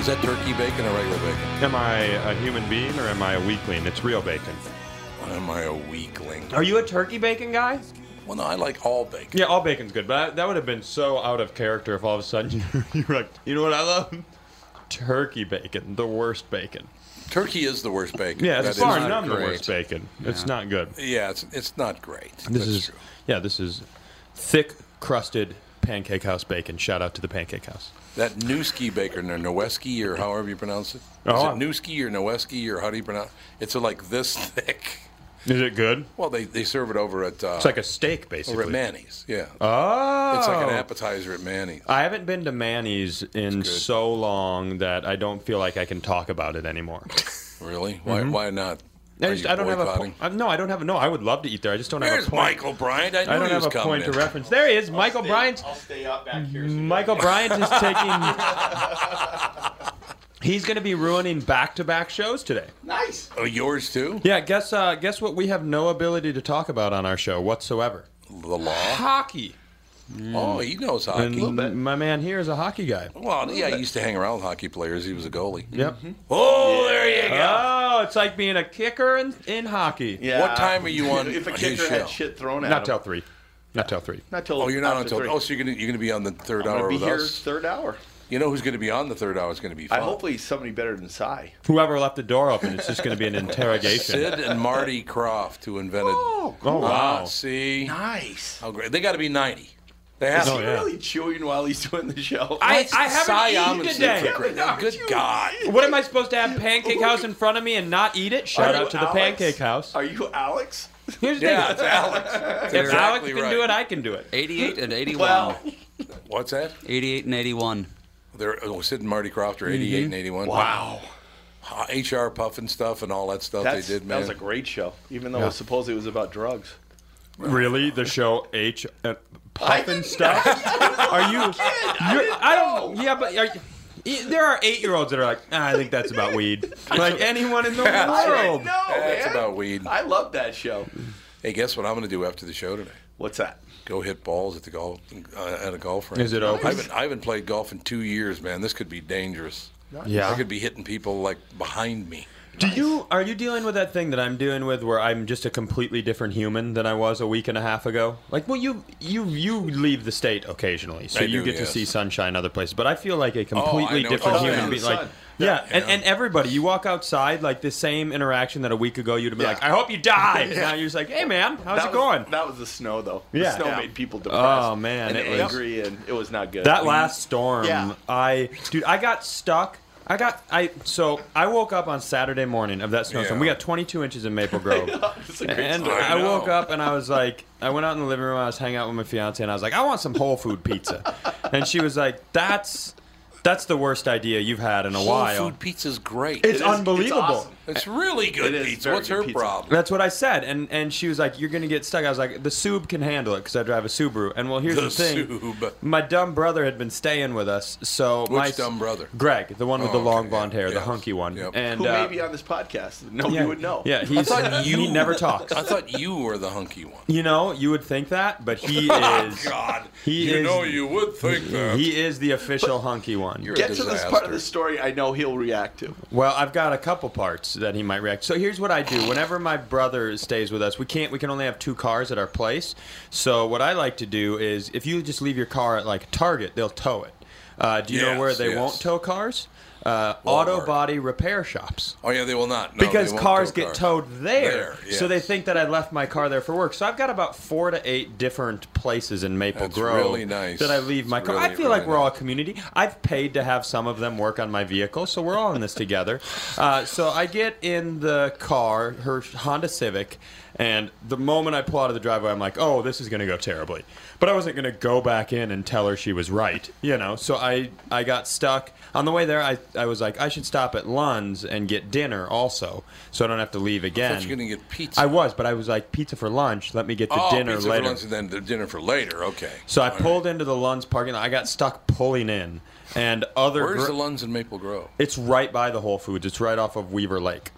A: is that turkey bacon or regular bacon?
H: Am I a human being or am I a weakling? It's real bacon.
A: Am I a weakling?
H: Are you a turkey bacon guy?
A: Well, no, I like all bacon.
H: Yeah, all bacon's good, but I, that would have been so out of character if all of a sudden you were like, you know what I love? Turkey bacon, the worst bacon.
A: Turkey is the worst bacon.
H: Yeah,
A: That
H: it's
A: is
H: far
A: not
H: and none the
A: great.
H: worst bacon. It's not good.
A: Yeah, it's, it's not great.
H: This
A: That's
H: is
A: true.
H: yeah, this is thick crusted pancake house bacon. Shout out to the pancake house.
A: that Newski bacon or Noweski or however you pronounce it. Is
H: Oh,
A: it
H: I'm-
A: Newski or Noweski or how do you pronounce? It's like this thick.
H: Is it good?
A: Well, they, they serve it over at uh,
H: It's like a steak
A: over
H: basically.
A: at Manny's. Yeah,
H: Oh,
A: it's like an appetizer at Manny's.
H: I haven't been to Manny's in
A: good.
H: so long that I don't feel like I can talk about it anymore.
A: Really? Why why not?
H: Mm-hmm. I,
A: Are
H: just,
A: you
H: I don't have a
A: boycotting?
H: po- I- no. I don't have a, no. I would love to eat there. I just don't have
A: There's
H: a point.
A: Michael Bryant. I, knew
H: I don't
A: he
H: have
A: was
H: a
A: coming
H: point
A: in.
H: to reference. There he is, Michael
G: Stay-
H: Bryant's.
G: I'll stay up back here. so you
H: Michael
G: guys-
H: Bryant is taking. He's going to be ruining back-to-back shows today.
G: Nice.
A: Oh, yours too?
H: Yeah, guess uh, guess what? We have no ability to talk about on our show whatsoever.
A: The law.
H: Hockey.
A: Oh, he knows
H: And
A: hockey.
H: Mm, my man here is a hockey guy.
A: Well, yeah, he used to hang around with hockey players. He was a goalie.
H: Yep.
A: Oh, there you go.
H: Oh, it's like being a kicker in, in hockey.
B: Yeah.
A: What time are you on
B: If a
A: his
B: kicker
A: show?
B: had shit thrown at
H: Not
B: him.
H: till three. Not till three.
B: Not till.
A: oh, you're not on
B: after
A: till.
B: three.
A: Oh, so you're gonna you're gonna be on the 3rd
B: I'm
A: hour
B: gonna be
A: with
B: here
A: us.
B: third hour.
A: You know who's gonna be on the third hour is gonna be
B: I
A: fun.
B: hopefully he's somebody better than Cy.
H: Whoever left the door open, it's just going to be an interrogation.
A: Sid and Marty Croft, who invented. Oh,
H: Oh wow.
A: see
B: Nice.
A: how great they got to be 90. They have
B: Is
H: Oh,
A: to.
B: he
H: yeah.
B: really chewing while he's doing the show?
H: I,
A: Cy
H: I haven't eaten
A: Amundsen's
H: today.
A: a great- Good God.
H: What am I supposed to have Pancake House in front of me and not eat it? Shout
B: Are you
H: out to the
B: Alex?
H: Pancake House.
B: Are you Alex?
H: Here's the
A: Yeah, it's
H: thing.
A: Alex. That's
H: If Alex
A: exactly
H: can
A: right.
H: do it, I can do it.
C: 88 and 81.
B: Well,
A: What's that?
C: 88 and 81.
A: They're, oh, Sid and Marty Croft are 88 and 81.
B: Mm-hmm. wow.
A: Uh, HR Puff and stuff and all that stuff
B: That's,
A: they did, man.
B: that was a great show, even though it was supposedly it was about drugs.
H: Really? The show H uh, Puffin stuff? Are you? you're- I don't. Yeah, but are, you- Y- There are eight year olds that are like, "Ah, I think that's about weed. Like anyone in the world.
B: No,
A: That's
B: man.
A: about weed.
B: I love that show.
A: Hey, guess what I'm going to do after the show today?
B: What's that?
A: Go hit balls at the golf uh, at a golf range.
H: Is it open?
A: I haven't, I haven't played golf in two years, man. This could be dangerous.
H: Yeah.
A: I could be hitting people like behind me.
H: Do you are you dealing with that thing that I'm dealing with where I'm just a completely different human than I was a week and a half ago? Like, well, you you you leave the state occasionally, so
A: I
H: you
A: do,
H: get
A: yes.
H: to see sunshine other places. But I feel like a
A: I
H: completely
A: know what
H: different
A: you're
H: human
A: saying.
H: being.
A: The
H: Like,
A: sun.
H: yeah,
A: Yeah.
H: And, and everybody, you walk outside like the same interaction that a week ago you'd have been
B: Yeah.
H: like, I hope you die.
B: Yeah.
H: Now you're just like, Hey, man, how's
B: that was-
H: it going?
B: that was the snow, though.
H: Yeah.
B: The snow
H: Yeah.
B: made people depressed.
H: Oh, man,
B: and
H: it was-
B: angry, and it was not good.
H: That last storm,
B: Yeah.
H: I dude, I got stuck. I got I so I woke up on Saturday morning of that snowstorm.
A: Yeah.
H: We got 22 inches in Maple Grove,
B: It's a great
H: and
B: story.
H: I,
A: I know.
H: woke up and I was like, I went out in the living room. I was hanging out with my fiance, and I was like, I want some Whole Food pizza, and she was like, That's that's the worst idea you've had in a while.
A: Whole food pizza's great.
H: it's
B: It uh, is-
H: unbelievable.
B: It's awesome.
A: It's really good
B: It is
A: pizza.
B: very
A: What's
B: good
A: her
B: pizza.
A: problem?
H: That's what I said, and and she was like, "You're gonna get stuck." I was like, "The Sub can handle it because I drive a Subaru." And well, here's
A: The
H: the, thing:
A: Sub.
H: my dumb brother had been staying with us, so
A: Which
H: my
A: dumb brother?
H: Greg, the one with
A: Oh,
H: the
A: okay,
H: long
A: yeah,
H: blonde hair, the
A: yes,
H: hunky one,
A: yep.
H: and
B: Who
H: uh,
B: may be on this podcast? Nobody
H: yeah,
B: would know.
H: Yeah, he's,
A: thought you-
H: he never talks.
A: I thought you were the hunky one. Oh,
H: You know, you would think that, but he is.
A: God,
H: He
A: you
H: is-
A: know you would think that.
H: He is the official hunky one.
A: You're a
B: Get to this part
A: disaster.
B: of the story I know he'll react to.
H: Well, I've got a couple parts that he might react. So here's what I do. Whenever my brother stays with us, we can't we can only have two cars at our place. So what I like to do is if you just leave your car at like Target, they'll tow it. Uh, do you
A: Yes,
H: know where they
A: yes.
H: won't tow cars? Uh, auto
A: Walmart.
H: body repair shops.
A: Oh yeah, they will not. No, they
H: because
A: won't
H: cars
A: tow
H: get towed there,
A: There,
H: so they
A: yes.
H: think that I left my car there for work. So I've got about four to eight different places in Maple
A: That's
H: Grove
A: really nice.
H: that I leave my
A: It's
H: car. I
A: really,
H: feel like
A: really
H: we're all a
A: nice.
H: community. I've paid to have some of them work on my vehicle, so we're all in this together. Uh, so I get in the car, her Honda Civic. And the moment I pull out of the driveway, I'm like, "Oh, this is going to go terribly." But I wasn't going to go back in and tell her she was right, you know. So I I got stuck on the way there. I, I was like, I should stop at Lund's and get dinner also, so I don't have to leave again.
A: you were gonna get pizza.
H: I was, but I was like, pizza for lunch. Let me get to
A: oh,
H: dinner
A: pizza
H: later.
A: for lunch and then the dinner for later. Okay.
H: So
A: All
H: I
A: right.
H: pulled into the Lund's parking lot. I got stuck pulling in, and other.
A: Where's
H: gr-
A: the Lunds in Maple Grove?
H: It's right by the Whole Foods. It's right off of Weaver Lake.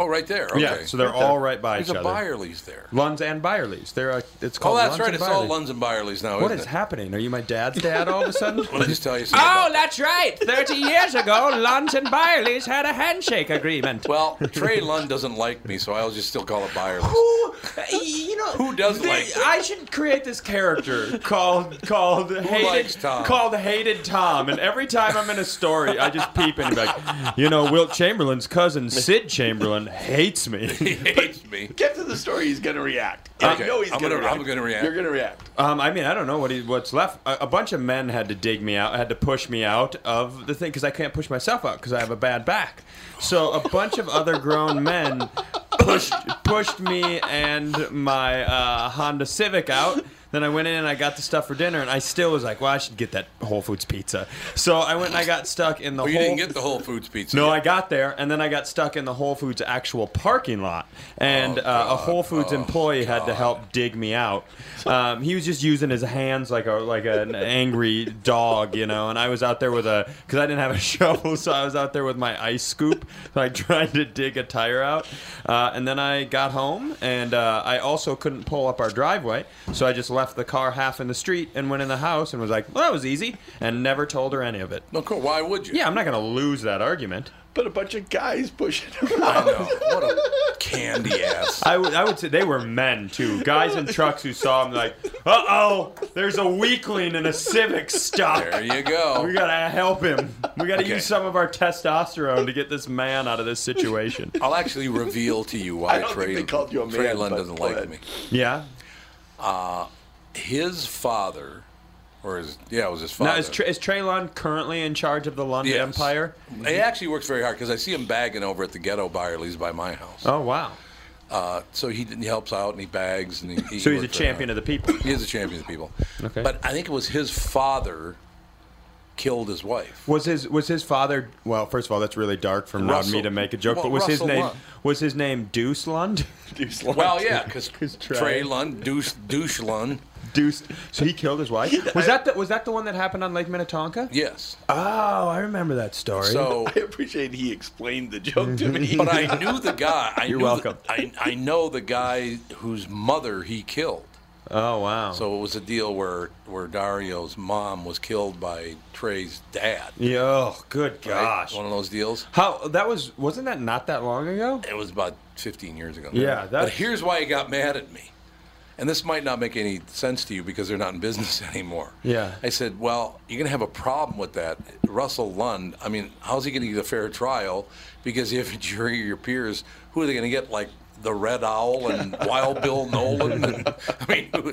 A: Oh, right there. Okay.
H: Yeah, so they're all right by
A: There's
H: each
A: a
H: other.
A: Byerly's there.
H: Lund's and Byerly's. They're a, it's
A: Oh,
H: called.
A: that's
H: Lund's
A: right.
H: and
A: It's all
H: Byerly's.
A: Lunds and Byerly's now.
H: What
A: isn't
H: is
A: it?
H: happening? Are you my dad's dad all of a sudden?
A: Let me just tell you something.
J: Oh,
A: about-
J: that's right. 30 years ago, Lunds and Byerly's had a handshake agreement.
A: well, Trey Lund doesn't like me, so I'll just still call it Byerly's.
H: Who, you know,
A: Who does like it?
H: I should create this character called called hated
A: likes Tom?
H: called hated Tom, and every time I'm in a story, I just peep and be like, you know, Wilt Chamberlain's cousin Sid Chamberlain hates
A: He
H: me.
A: hates me.
B: Get to the story he's going to react. I
A: Okay,
B: know he's
A: I'm
B: going to
A: gonna-
B: react.
A: I'm gonna react.
B: You're going to react.
H: Um, I mean, I don't know what he, what's left. A, a bunch of men had to dig me out, had to push me out of the thing because I can't push myself out because I have a bad back. So a bunch of other grown men pushed pushed me and my uh, Honda Civic out. Then I went in and I got the stuff for dinner, and I still was like, "Well, I should get that Whole Foods pizza." So I went and I got stuck in the.
A: Well, you
H: whole,
A: didn't get the Whole Foods pizza.
H: no,
A: yet.
H: I got there, and then I got stuck in the Whole Foods actual parking lot, and uh, a Whole Foods employee had to help dig me out. Um, he was just using his hands like a like an angry dog, you know. And I was out there with a because I didn't have a shovel, so I was out there with my ice scoop, like trying to dig a tire out. Uh, and then I got home, and uh, I also couldn't pull up our driveway, so I just left the car half in the street and went in the house and was like, "Well, that was easy," and never told her any of it.
A: No, cool. Why would you?
H: Yeah, I'm not gonna lose that argument.
B: But a bunch of guys pushing him
A: I
B: out.
A: know. What a candy ass.
H: I would, I would say they were men too, guys in trucks who saw him like, uh oh, there's a weakling in a Civic stuck.
A: There you go.
H: We gotta help him. We gotta
A: Okay.
H: use some of our testosterone to get this man out of this situation.
A: I'll actually reveal to you why
B: I don't think
A: Trey,
B: they called you a
A: Trey
B: man,
A: Lund
B: but
A: doesn't
B: go
A: like
B: ahead.
A: me. Uh,
H: Yeah.
A: His father, or his yeah, it was his father.
H: Now is, Tra- is Traylon currently in charge of the London
A: Yes.
H: Empire? Mm-hmm.
A: He actually works very hard because I see him bagging over at the ghetto Byerly's by my house.
H: Oh wow.
A: Uh, so he, he helps out and he bags and he. he
H: So he's a
A: works
H: champion of
A: very
H: the people.
A: hard. He is a champion of the people.
H: Okay.
A: But I think it was his father killed his wife.
H: Was his was his father? Well, first of all, that's really dark for not
A: Russell-
H: me to make a joke.
A: well,
H: but was
A: Russell
H: his name
A: Lund.
H: was his name Deuce Lund?
A: Well, yeah, because Trey
H: Trey.
A: Lund, douche, douche Lund.
H: seduced. So he killed his wife. Was that the, was that the one that happened on Lake Minnetonka?
A: Yes.
H: Oh, I remember that story.
A: So-
B: I appreciate he explained the joke to me.
A: but I knew the guy. I
H: You're
A: knew the-
H: welcome.
A: I, I know the guy whose mother he killed.
H: oh wow.
A: So it was a deal where where Dario's mom was killed by Trey's dad.
H: yeah, oh, good
A: right?
H: gosh.
A: One of those deals.
H: How that was? Wasn't that not that long ago?
A: It was about 15 years ago.
H: Yeah,
A: But
H: that's-
A: here's why he got mad at me. And this might not make any sense to you because they're not in business anymore.
H: Yeah.
A: I said, well, you're going to have a problem with that. Russell Lund, I mean, how's he going to get a fair trial? Because if a jury or your peers, who are they going to get? Like the Red Owl and Wild Bill Nolan? And, I mean, who,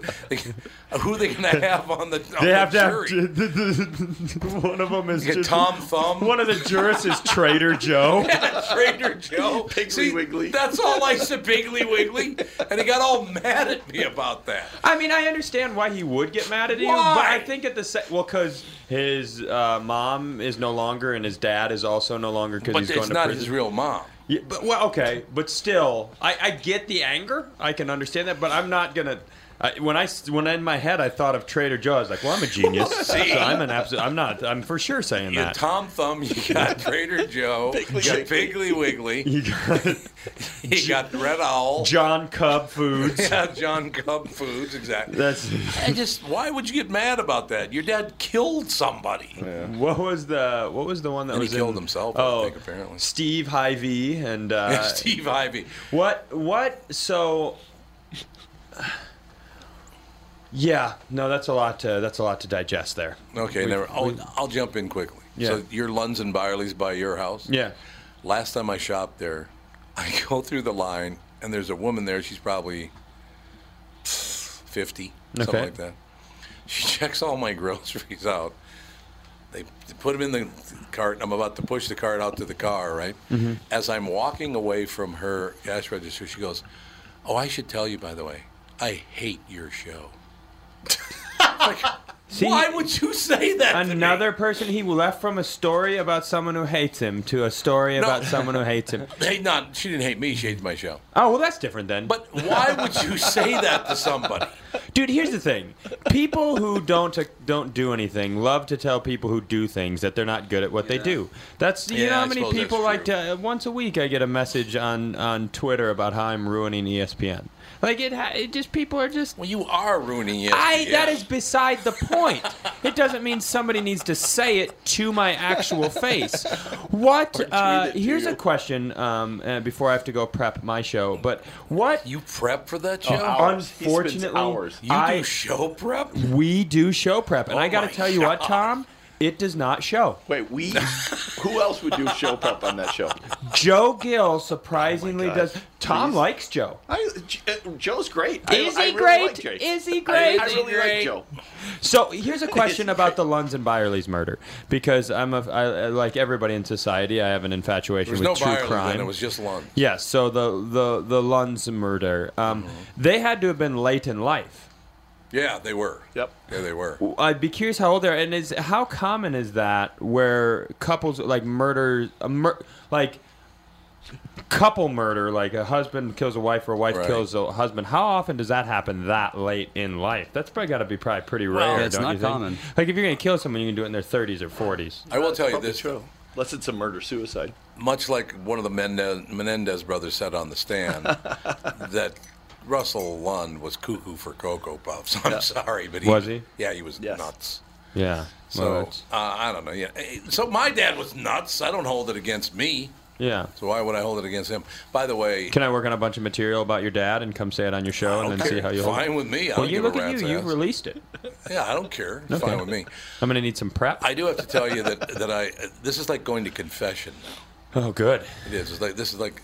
A: who are they going to have on the, on
H: They
A: the
H: have to have
A: jury?
H: one of them is
A: You get
H: just
A: Tom Thumb.
H: One of the jurists is Trader Joe.
A: Trader Joe.
B: Piggly Wiggly.
A: That's all I said, Piggly Wiggly. And he got all mad at me about that.
H: I mean, I understand why he would get mad at you, but
A: Why?
H: I think at the se- well, because his uh, mom is no longer and his dad is also no longer because
A: But
H: he's
A: it's
H: going to
A: not
H: prison.
A: his real mom.
H: Yeah, but well, okay, but still, I, I get the anger. I can understand that, but I'm not gonna. I, when I s- when in my head I thought of Trader Joe, I was like, "Well, I'm a genius. so I'm an absolute. I'm not. I'm for sure saying
A: You
H: that.
A: got Tom Thumb, you got Trader Joe, you got Piggly Wiggly,
H: You got
A: you got Red Owl,
H: John Cub Foods.
A: you got John Cub Foods, exactly.
H: That's
A: I just, why would you get mad about that? Your dad killed somebody.
H: what was the what was the one that
A: And he
H: was in-
A: killed himself, I
H: Oh,
A: think, apparently.
H: Steve Hy-Vee and uh,
A: Steve Ivey.
H: What? What? So. Yeah, no, that's a lot. To, that's a lot to digest there.
A: Okay, never. I'll, I'll jump in quickly.
H: Yeah.
A: So your Lunds and Byerly's by your house.
H: Yeah.
A: Last time I shopped there, I go through the line and there's a woman there. She's probably 50, something
H: Okay.
A: like that. She checks all my groceries out. They put them in the cart, and I'm about to push the cart out to the car, right?
H: Mm-hmm.
A: As I'm walking away from her cash register, she goes, Oh, I should tell you, by the way, I hate your show. Like, why would you say that? to me?
H: Another person he left from a story about someone who hates him to a story about someone who hates him.
A: Hey, not she didn't hate me. She hated my show.
H: Oh well, that's different then.
A: But why would you say that to somebody?
H: dude, here's the thing: people who don't don't do anything love to tell people who do things that they're not good at what they do. That's you
A: Yeah,
H: know
A: I
H: how many
A: suppose that's
H: people like
A: true.
H: to. Once a week, I get a message on on Twitter about how I'm ruining E ESPN. Like it, ha- it just people are just
A: Well, you are ruining it.
H: I that is beside the point. it doesn't mean somebody needs to say it to my actual face. What? Uh,
B: it to
H: here's a
B: you.
H: question um, uh, before I have to go prep my show. But what?
A: you prep for that show.
B: hours. He spends
H: unfortunately,
B: hours.
A: you
H: Oh, I-
A: do show prep.
H: we do show prep, and
A: Oh
H: I got
A: my
H: to tell you what,
A: God.
H: Tom. It does not show.
B: Wait, we? Who else would do show prep on that show?
H: Joe Gill
A: Oh
H: surprisingly
B: God.
H: does. Tom
B: Please.
H: likes Joe.
B: I, J- uh, Joe's great. I-
H: Is
B: I
H: he
B: really
H: great?
B: Like Jay.
H: Is he
B: I,
H: great?
B: I really like Joe.
H: So here's a question about the Lunds and Byerly's murder, because I'm a I, like everybody in society, I have an
A: There
H: infatuation
A: was
H: with
A: no
H: true
A: violence
H: crime.
A: Then. It was just lunch.
H: Yes. So the the the Lunds murder, um, they had to have been late in life.
A: Yeah, they were.
B: Yep.
A: Yeah, they were.
H: I'd be curious how old they are, and is how common is that where couples like murder, a mur- like couple murder, like a husband kills a wife or a wife
A: Right.
H: kills a husband. How often does that happen that late in life? That's probably got to be probably pretty rare.
C: Yeah, it's
H: don't
C: not
H: you think?
C: common.
H: Like if you're gonna kill someone, you can do it in their 30s or 40s.
A: I will tell you
B: Probably
A: this.
B: true. Unless it's a murder suicide.
A: Much like one of the Mendez, Menendez brothers said on the stand, that Russell Lund was cuckoo for Cocoa Puffs. I'm sorry, but he
H: Was he?
A: Yeah, he was
B: Yes.
A: nuts.
H: Yeah.
A: So
H: that's-
A: uh, I don't know. Yeah. So my dad was nuts. I don't hold it against me.
H: yeah.
A: So why would I hold it against him? By the way,
H: Can I work on a bunch of material about your dad and come say it on your show and then
A: okay,
H: see how you hold?
A: fine with me. I don't
H: Well, you
A: give
H: look
A: a
H: at
A: rat's
H: you.
A: ass.
H: You've released it.
A: Yeah, I don't care. It's Fine with me.
H: I'm gonna need some prep.
A: I do have to tell you that that I this is like going to confession now.
H: oh, good.
A: It is. It's like this is like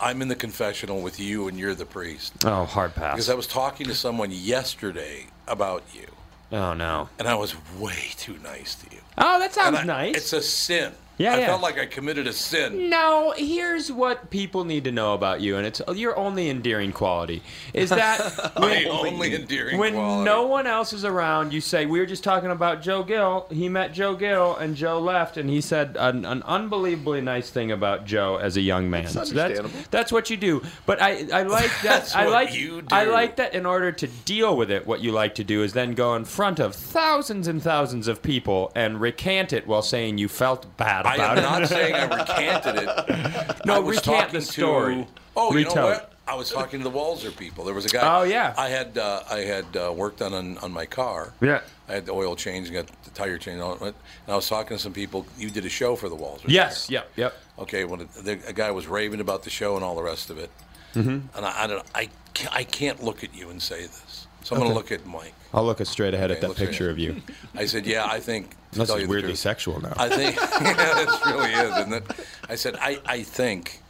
A: I'm in the confessional with you and you're the priest.
H: Oh, hard
A: Because
H: pass.
A: I was talking to someone yesterday about you
H: oh no.
A: and I was way too nice to you.
H: Oh, that sounds
A: And I-
H: nice.
A: It's a sin.
H: Yeah, Mm.
A: I
H: yeah.
A: felt like I committed a sin.
H: No, here's what people need to know about you, and it's your only endearing quality is that
A: My only endearing
H: when
A: quality.
H: no one else is around, you say we were just talking about Joe Gill. He met Joe Gill, and Joe left, and he said an, an unbelievably nice thing about Joe as a young man.
B: That's
H: So that's
B: understandable.
H: that's what you do. But I I like that.
B: That's
H: I
B: what
H: like
B: you
H: I
B: do.
H: like that. In order to deal with it, what you like to do is then go in front of thousands and thousands of people and recant it while saying you felt bad
A: I
H: about
A: am
H: it.
A: not saying I recanted it.
H: No,
A: I was
H: recant
A: talking
H: the story.
A: To, oh, you know
H: Retell
A: what?
H: it.
A: I was talking to the Walzer people. There was a guy.
H: Oh, yeah.
A: I had uh, I had uh, worked on an, on my car.
H: Yeah.
A: I had the oil change, got the tire change, and all that. And I was talking to some people. You did a show for the Walzers.
H: Yes. Yep. Yep.
A: Okay. When the, a guy was raving about the show and all the rest of it,
H: Mm-hmm.
A: and I, I don't, I, ca- I can't look at you and say this. So I'm going
H: Okay.
A: to look at Mike.
H: I'll look straight ahead
A: Okay,
H: at that
A: look straight
H: picture
A: ahead.
H: of you.
A: I said, yeah, I think. To
H: This
A: tell
H: is
A: you the
H: weirdly
A: truth,
H: sexual now.
A: I think yeah, this really is, isn't it? I said, I, I think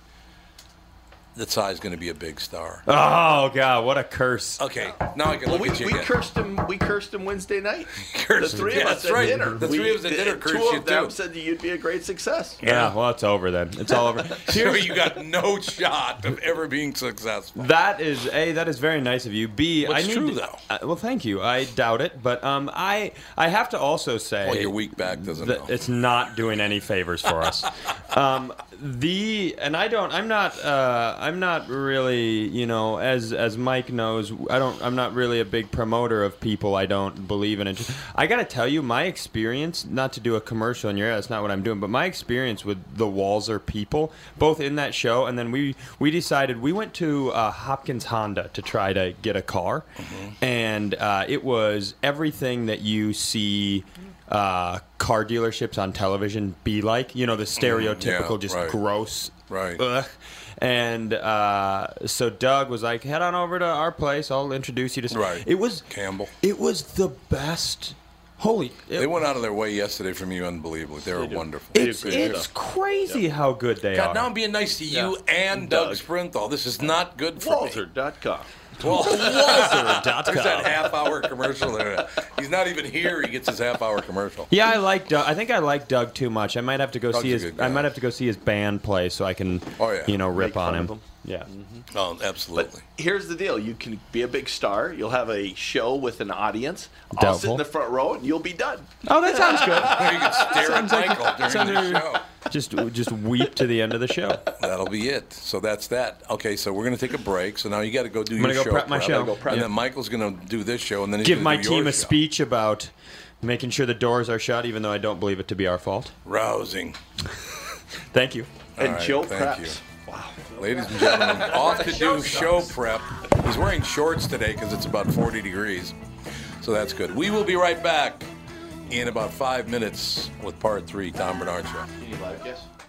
A: that Sai's going to be a big star.
H: Oh god, what a curse!
A: Okay, now I can look
B: Well, we,
A: at you
B: we
A: again.
B: cursed him. We cursed him Wednesday night.
A: Cursed
B: the
A: him.
B: three
A: Yeah,
B: of us
A: that's
B: at
A: right.
B: dinner.
A: The three of us at
B: We-
A: dinner
B: two
A: cursed you,
B: of them
A: too.
B: said that you'd be a great success.
H: Yeah, well, it's over then. It's all over.
A: So you got no shot of ever being successful.
H: That is a. That is very nice of you. B. I
A: What's
H: need
A: true,
H: to-
A: though?
H: uh, well, thank you. I doubt it, but um, I I have to also say
A: Well, your weak back doesn't
H: that
A: help.
H: it's not doing any favors for us. um, the and I don't. I'm not. Uh, I'm not really. You know, as as Mike knows, I don't. I'm not really a big promoter of people I don't believe in. It. I gotta tell you, my experience. Not to do a commercial in your. That's not what I'm doing. But my experience with the Walzer people, both in that show and then we we decided we went to uh, Hopkins Honda to try to get a car,
A: Mm-hmm.
H: and uh, it was everything that you see. Uh, car dealerships on television be like you know the stereotypical just
A: Mm-hmm. right.
H: gross
A: Right.
H: ugh. and uh, so doug was like head on over to our place i'll introduce you to some-"
A: Right.
H: it was
A: Campbell.
H: it was the best holy
A: They
H: it,
A: went out of their way yesterday from you, unbelievably. They were wonderful.
H: it's, it's crazy how good they
A: God,
H: are
A: now I'm being nice to you and Doug, Sprinthal. This is not good for me.
B: Walzer.com.
A: Well, There's that
H: Walzer.com.
A: half hour commercial there. He's not even here. He gets his half hour commercial.
H: Yeah, I like Doug. I think I like Doug too much. I might have to go
A: Doug's
H: see
A: a
H: his.
A: good
H: I
A: guy.
H: might have to go see his band play so I can,
A: Oh, yeah.
H: you know, rip
B: Make
H: on
B: fun
H: him.
B: of him.
H: Yeah.
A: Oh, absolutely.
B: Here's the deal: you can be a big star. You'll have a show with an audience. I'll sit
H: Doubtful.
B: in the front row, and you'll be done.
H: Oh, that sounds good.
A: Or you can stare at Michael during the show.
H: just just weep to the end of the show.
A: That'll be it. So that's that. Okay, so we're going to take a break. So now you got to go do
H: gonna
A: your
H: go
A: show.
H: prep my show.
A: Go prep.
H: Yeah.
A: And then Michael's going to do this show, and then he's
H: Give
A: gonna
H: my
A: do your
H: team a
A: show.
H: speech about making sure the doors are shut, even though I don't believe it to be our fault.
A: Rousing,
H: Thank you.
B: and
A: right,
B: Joe
A: thank
B: preps.
A: ladies and gentlemen. off to do show prep. He's wearing shorts today because it's about 40 degrees, so that's good. We will be right back in about five minutes with part three. Tom Bernard show.
B: Any live guests?